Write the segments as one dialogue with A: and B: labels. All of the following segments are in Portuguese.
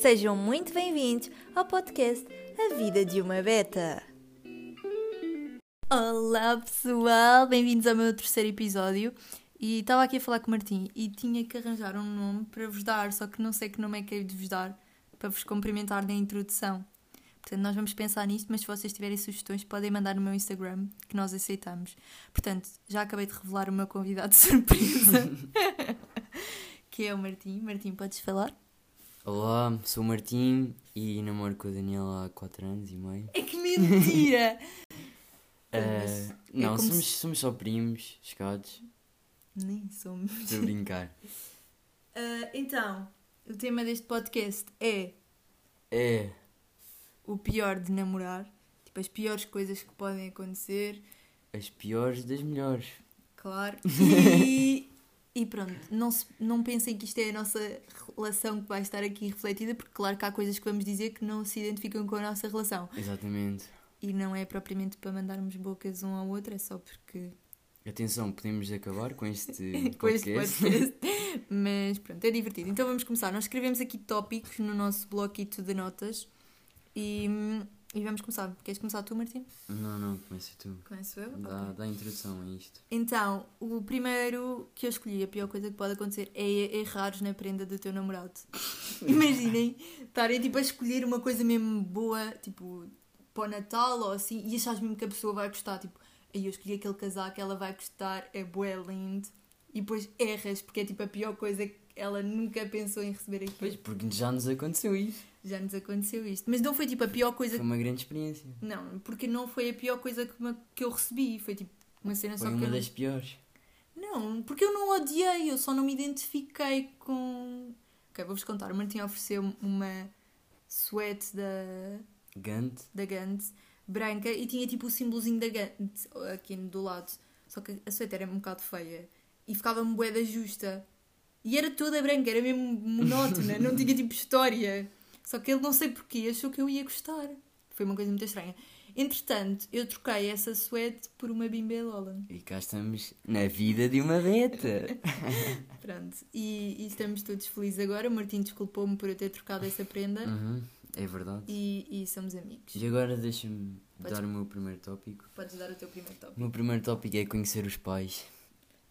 A: Sejam muito bem-vindos ao podcast A Vida de uma Beta.
B: Olá pessoal, bem-vindos ao meu terceiro episódio. E estava aqui a falar com o Martim e tinha que arranjar um nome para vos dar, só que não sei que nome é que hei de vos dar para vos cumprimentar na introdução. Portanto, nós vamos pensar nisto, mas se vocês tiverem sugestões, podem mandar no meu Instagram, que nós aceitamos. Portanto, já acabei de revelar o meu convidado de surpresa, que é o Martim. Martim, podes falar?
C: Olá, sou o Martim e namoro com a Daniela há 4 anos e meio.
B: É que mentira!
C: Ah,
B: mas
C: não,
B: É como
C: somos, somos só primos, chegados.
B: Nem somos.
C: Estou a brincar.
B: Ah, então, o tema deste podcast é
C: É,
B: o pior de namorar. Tipo, as piores coisas que podem acontecer,
C: as piores das melhores.
B: claro. E, e pronto, não, se, não pensem que isto é a nossa relação que vai estar aqui refletida, porque claro que há coisas que vamos dizer que não se identificam com a nossa relação.
C: Exatamente.
B: E não é propriamente para mandarmos bocas um ao outro, é só porque
C: Atenção, podemos acabar com este
B: com este
C: podcast.
B: podcast. Mas pronto, é divertido. Então vamos começar. Nós escrevemos aqui tópicos no nosso bloquito de notas e, e vamos começar. Queres começar tu, Martim?
C: Não, não, começa tu.
B: Começo eu?
C: Dá, dá introdução a isto.
B: Então, o primeiro que eu escolhi, a pior coisa que pode acontecer é errares na prenda do teu namorado. Imaginem estarem tipo a escolher uma coisa mesmo boa, tipo para o Natal ou assim, e achares mesmo que a pessoa vai gostar. Tipo, aí eu escolhi aquele casaco, ela vai gostar, é bué lindo. E depois erras, porque é tipo a pior coisa que ela nunca pensou em receber aqui.
C: Pois, porque já nos aconteceu isso.
B: Já nos aconteceu isto. Mas não foi tipo a pior coisa
C: Foi uma grande experiência.
B: Não, porque não foi a pior coisa que, me- que eu recebi. Foi tipo uma cena
C: Foi
B: só que
C: uma
B: eu não-
C: das piores.
B: Não, porque eu não odiei, eu só não me identifiquei com. Ok, vou-vos contar. O Martim ofereceu uma suéte da,
C: Gant.
B: da Gantz branca e tinha tipo o símbolozinho da Gantz aqui do lado. Só que a suéte era um bocado feia e ficava-me boeda justa. E era toda branca, era mesmo monótona, não tinha tipo história. Só que ele não sei porquê achou que eu ia gostar. Foi uma coisa muito estranha. Entretanto, eu troquei essa suéte por uma bimbelola.
C: E cá estamos na vida de uma beta.
B: Pronto, e, e estamos todos felizes agora. O Martim desculpou-me por eu ter trocado essa prenda
C: Uhum, é verdade.
B: e, e somos amigos.
C: E agora deixa-me
B: Podes-
C: dar o meu primeiro tópico.
B: Podes dar o teu primeiro
C: O
B: top.
C: meu primeiro tópico é conhecer os pais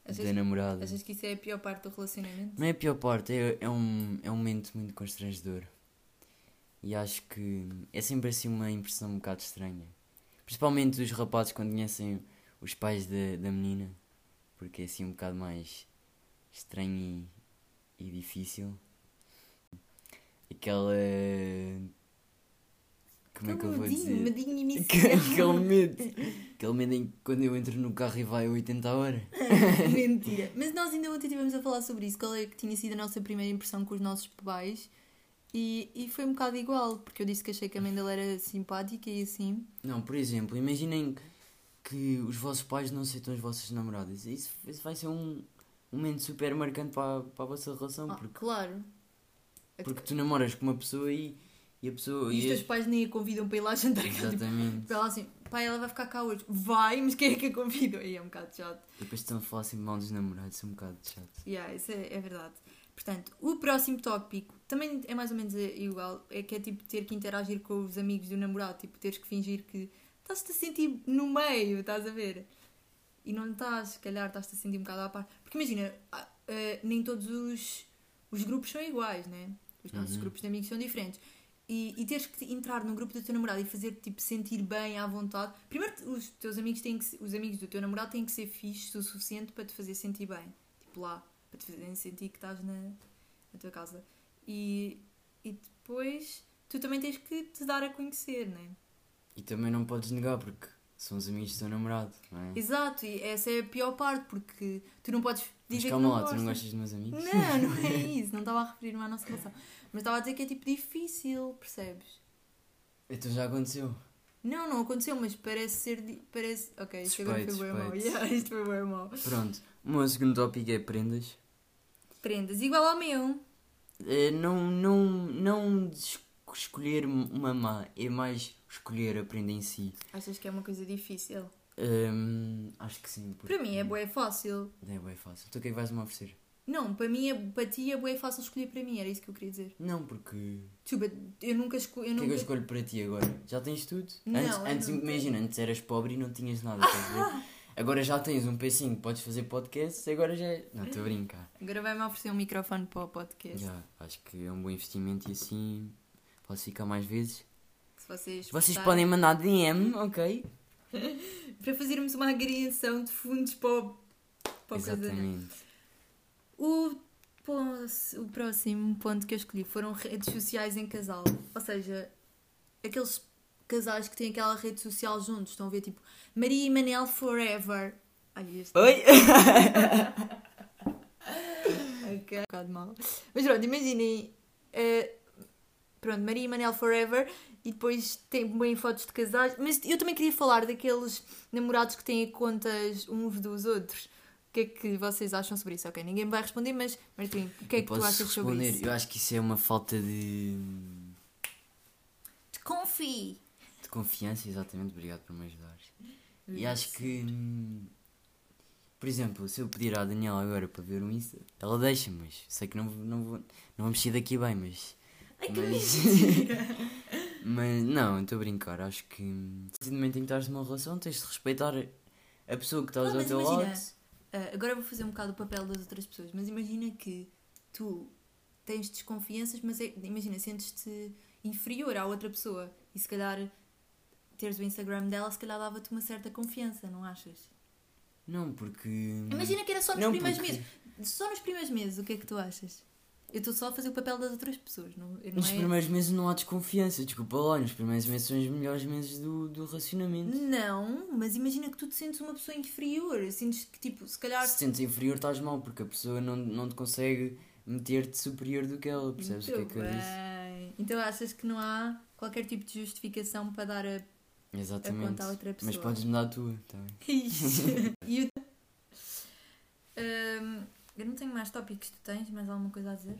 C: da
B: Achas,
C: namorada.
B: achas que isso é a pior parte do relacionamento?
C: Não é a pior parte, é, é, um, é um momento muito constrangedor. E acho que é sempre assim uma impressão um bocado estranha. Principalmente os rapazes quando conhecem os pais da, da menina, porque é assim um bocado mais estranho e, e difícil. Aquela. Como é que eu vou
B: medinho,
C: dizer?
B: medinho inicial.
C: Aquele medo. Aquele medo em que quando eu entro no carro e vai a 80 horas.
B: Mentira. Mas nós ainda ontem estivemos a falar sobre isso. Qual é que tinha sido a nossa primeira impressão com os nossos pais? E, e foi um bocado igual, porque eu disse que achei que a mãe dela era simpática e assim.
C: Não, por exemplo, imaginem que os vossos pais não aceitam as vossas namoradas. Isso, isso vai ser um um momento super marcante para, a- para a vossa relação.
B: Ah,
C: porque,
B: claro. É
C: porque tu namoras com uma pessoa e, e a pessoa.
B: E os
C: e
B: teus pais nem a convidam para ir lá jantar.
C: Exatamente.
B: Ela assim, pai, ela vai ficar cá hoje. Vai, mas quem é que a convidou? E é um bocado chato.
C: Depois estão a falar sempre mal dos namorados, isso é um bocado chato.
B: Yeah, isso é, é verdade. Portanto, o próximo tópico também é mais ou menos igual. É que é tipo ter que interagir com os amigos do namorado. Tipo, teres que fingir que estás-te a sentir no meio, estás a ver? E não estás, se calhar estás-te a sentir um bocado à parte. Porque imagina, ah, ah, nem todos os, os grupos são iguais, né? Os nossos
C: Uhum.
B: grupos de amigos são diferentes. E, e teres que entrar no grupo do teu namorado e fazer tipo sentir bem à vontade. Primeiro, os teus amigos têm que se- os amigos do teu namorado têm que ser fixos o suficiente para te fazer sentir bem. Tipo lá, para te fazerem sentir que estás na, na tua casa. E, e depois tu também tens que te dar a conhecer, né?
C: Hum. E também não podes negar porque são os amigos do teu namorado, não é?
B: Exato, e essa é a pior parte, porque tu não podes
C: Mas
B: dizer
C: calma
B: que não
C: lá, tu não
B: gostas.
C: gostas dos meus amigos?
B: Não, não é isso, não estava a referir-me à nossa relação. Mas estava a dizer que é tipo difícil, percebes?
C: Então já aconteceu.
B: Não, não aconteceu, mas parece ser. di- Parece... Ok, isto agora foi
C: Suspeito,
B: bem mau.
C: suspeito.
B: Yeah, isto foi bem mau.
C: Pronto, o meu segundo tópico é prendas.
B: Prendas, igual ao meu.
C: É, não, não, não de es- escolher uma má, é mais escolher a prenda em si.
B: Achas que é uma coisa difícil?
C: Hum, acho que sim. porque
B: Para mim é bué fácil.
C: É bem fácil. Tu o que é que vais-me oferecer?
B: Não, para mim, é- para ti é bué fácil escolher para mim, era isso que eu queria dizer.
C: Não, porque.
B: Desculpa, Tipo, eu nunca escolho. Eu
C: O que é que eu
B: nunca...
C: escolho para ti agora? Já tens tudo?
B: Não,
C: antes,
B: eu
C: antes
B: não tenho.
C: imagina, antes eras pobre e não tinhas nada, estás a ver? Agora já tens um pecinho, podes fazer podcasts, agora já é. Não, estou a brincar.
B: Agora vai-me oferecer um microfone para o podcast.
C: Já, acho que é um bom investimento e assim posso ficar mais vezes.
B: Se vocês,
C: Vocês
B: gostarem.
C: podem mandar DM, ok?
B: Para fazermos uma agregação de fundos para o, para o casamento.
C: Exatamente.
B: O, pos- o próximo ponto que eu escolhi foram redes sociais em casal. Ou seja, aqueles casais que têm aquela rede social juntos. Estão a ver tipo Maria e Manel Forever. Ai, este
C: Oi!
B: Ok. Um bocado mal. Mas pronto, imaginem. eh, pronto, Maria e Manel Forever. E depois tem bem fotos de casais. Mas eu também queria falar daqueles namorados que têm contas uns dos outros. O que é que vocês acham sobre isso? Ok, ninguém me vai responder, mas Martim, o que é que tu
C: Posso
B: achas sobre
C: responder?
B: isso?
C: Eu acho que isso é uma falta de,
B: Te confie.
C: de confiança, exatamente. Obrigado por me ajudares. E
B: Uhum.
C: acho que. hum, Por exemplo, se eu pedir à Daniela agora para ver um Insta, ela deixa, mas sei que não, vou- não vou. Não vamos sair daqui bem, mas.
B: Ai, que
C: mas-
B: mentira.
C: Mas não, estou a brincar. Acho que. hum, A partir do momento em que estás numa relação, tens de respeitar a pessoa que estás
B: Ah,
C: ao
B: mas
C: teu
B: imagina,
C: lado.
B: ah, agora vou fazer um bocado o papel das outras pessoas, mas imagina que tu tens desconfianças, mas é- imagina, sentes-te inferior à outra pessoa e se calhar teres o Instagram dela, se calhar dava-te uma certa confiança, não achas?
C: Não, porque. hum,
B: Imagina que era só nos
C: Não,
B: primeiros
C: porque-
B: meses. Só nos primeiros meses, o que é que tu achas? Eu estou só a fazer o papel das outras pessoas, não, eu não
C: Nos
B: é?
C: primeiros meses não há desconfiança, desculpa lá, nos primeiros meses são os melhores meses do, do relacionamento.
B: Não, mas imagina que tu te sentes uma pessoa inferior, sentes que tipo, se calhar
C: Se te sentes inferior estás mal, porque a pessoa não, não te consegue meter-te superior do que ela, percebes o que é
B: Muito
C: que eu disse?
B: bem. Então achas que não há qualquer tipo de justificação para dar a.
C: Exatamente.
B: a É outra
C: Mas
B: pessoa.
C: podes mudar a tua, tá bem?
B: e o... Hum, eu não tenho mais tópicos, tu tens mais alguma coisa a dizer?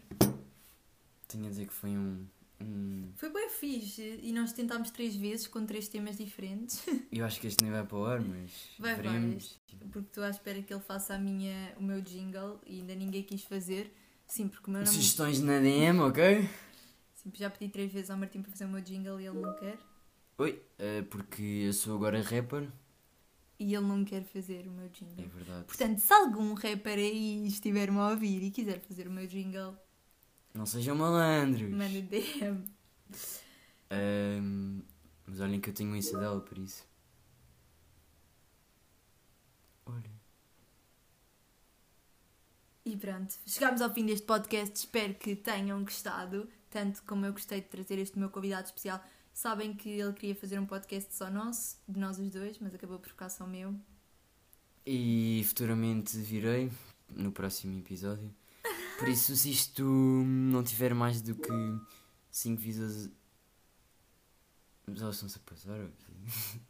C: Tenho a dizer que foi um. um-
B: Foi bem fixe e nós tentámos três vezes com três temas diferentes,
C: Eu acho que este nem vai para o ar, mas.
B: Vai, vai,
C: veremos.
B: porque estou à espera que ele faça a minha, o meu jingle e ainda ninguém quis fazer. Sim, porque o meu não.
C: Sugestões na DM, ok?
B: Sim, já pedi três vezes ao Martim para fazer o meu jingle e ele não quer.
C: Oi, eh, porque eu sou agora rapper.
B: E ele não quer fazer o meu
C: É
B: jingle.
C: verdade.
B: Portanto, se algum rapper aí estiver-me a ouvir e quiser fazer o meu jingle,
C: Não sejam malandros.
B: manda DM.
C: Ahm, mas olhem que eu tenho um Insta dela por isso. Olha.
B: E pronto, chegámos ao fim deste podcast. Espero que tenham gostado, tanto como eu gostei de trazer este meu convidado especial. Sabem que ele queria fazer um podcast só nosso, de nós os dois, mas acabou por ficar só meu.
C: E futuramente virei no próximo episódio. Por isso, se isto não tiver mais do que 5 visões. Mas elas estão-se a passar, assim, ok?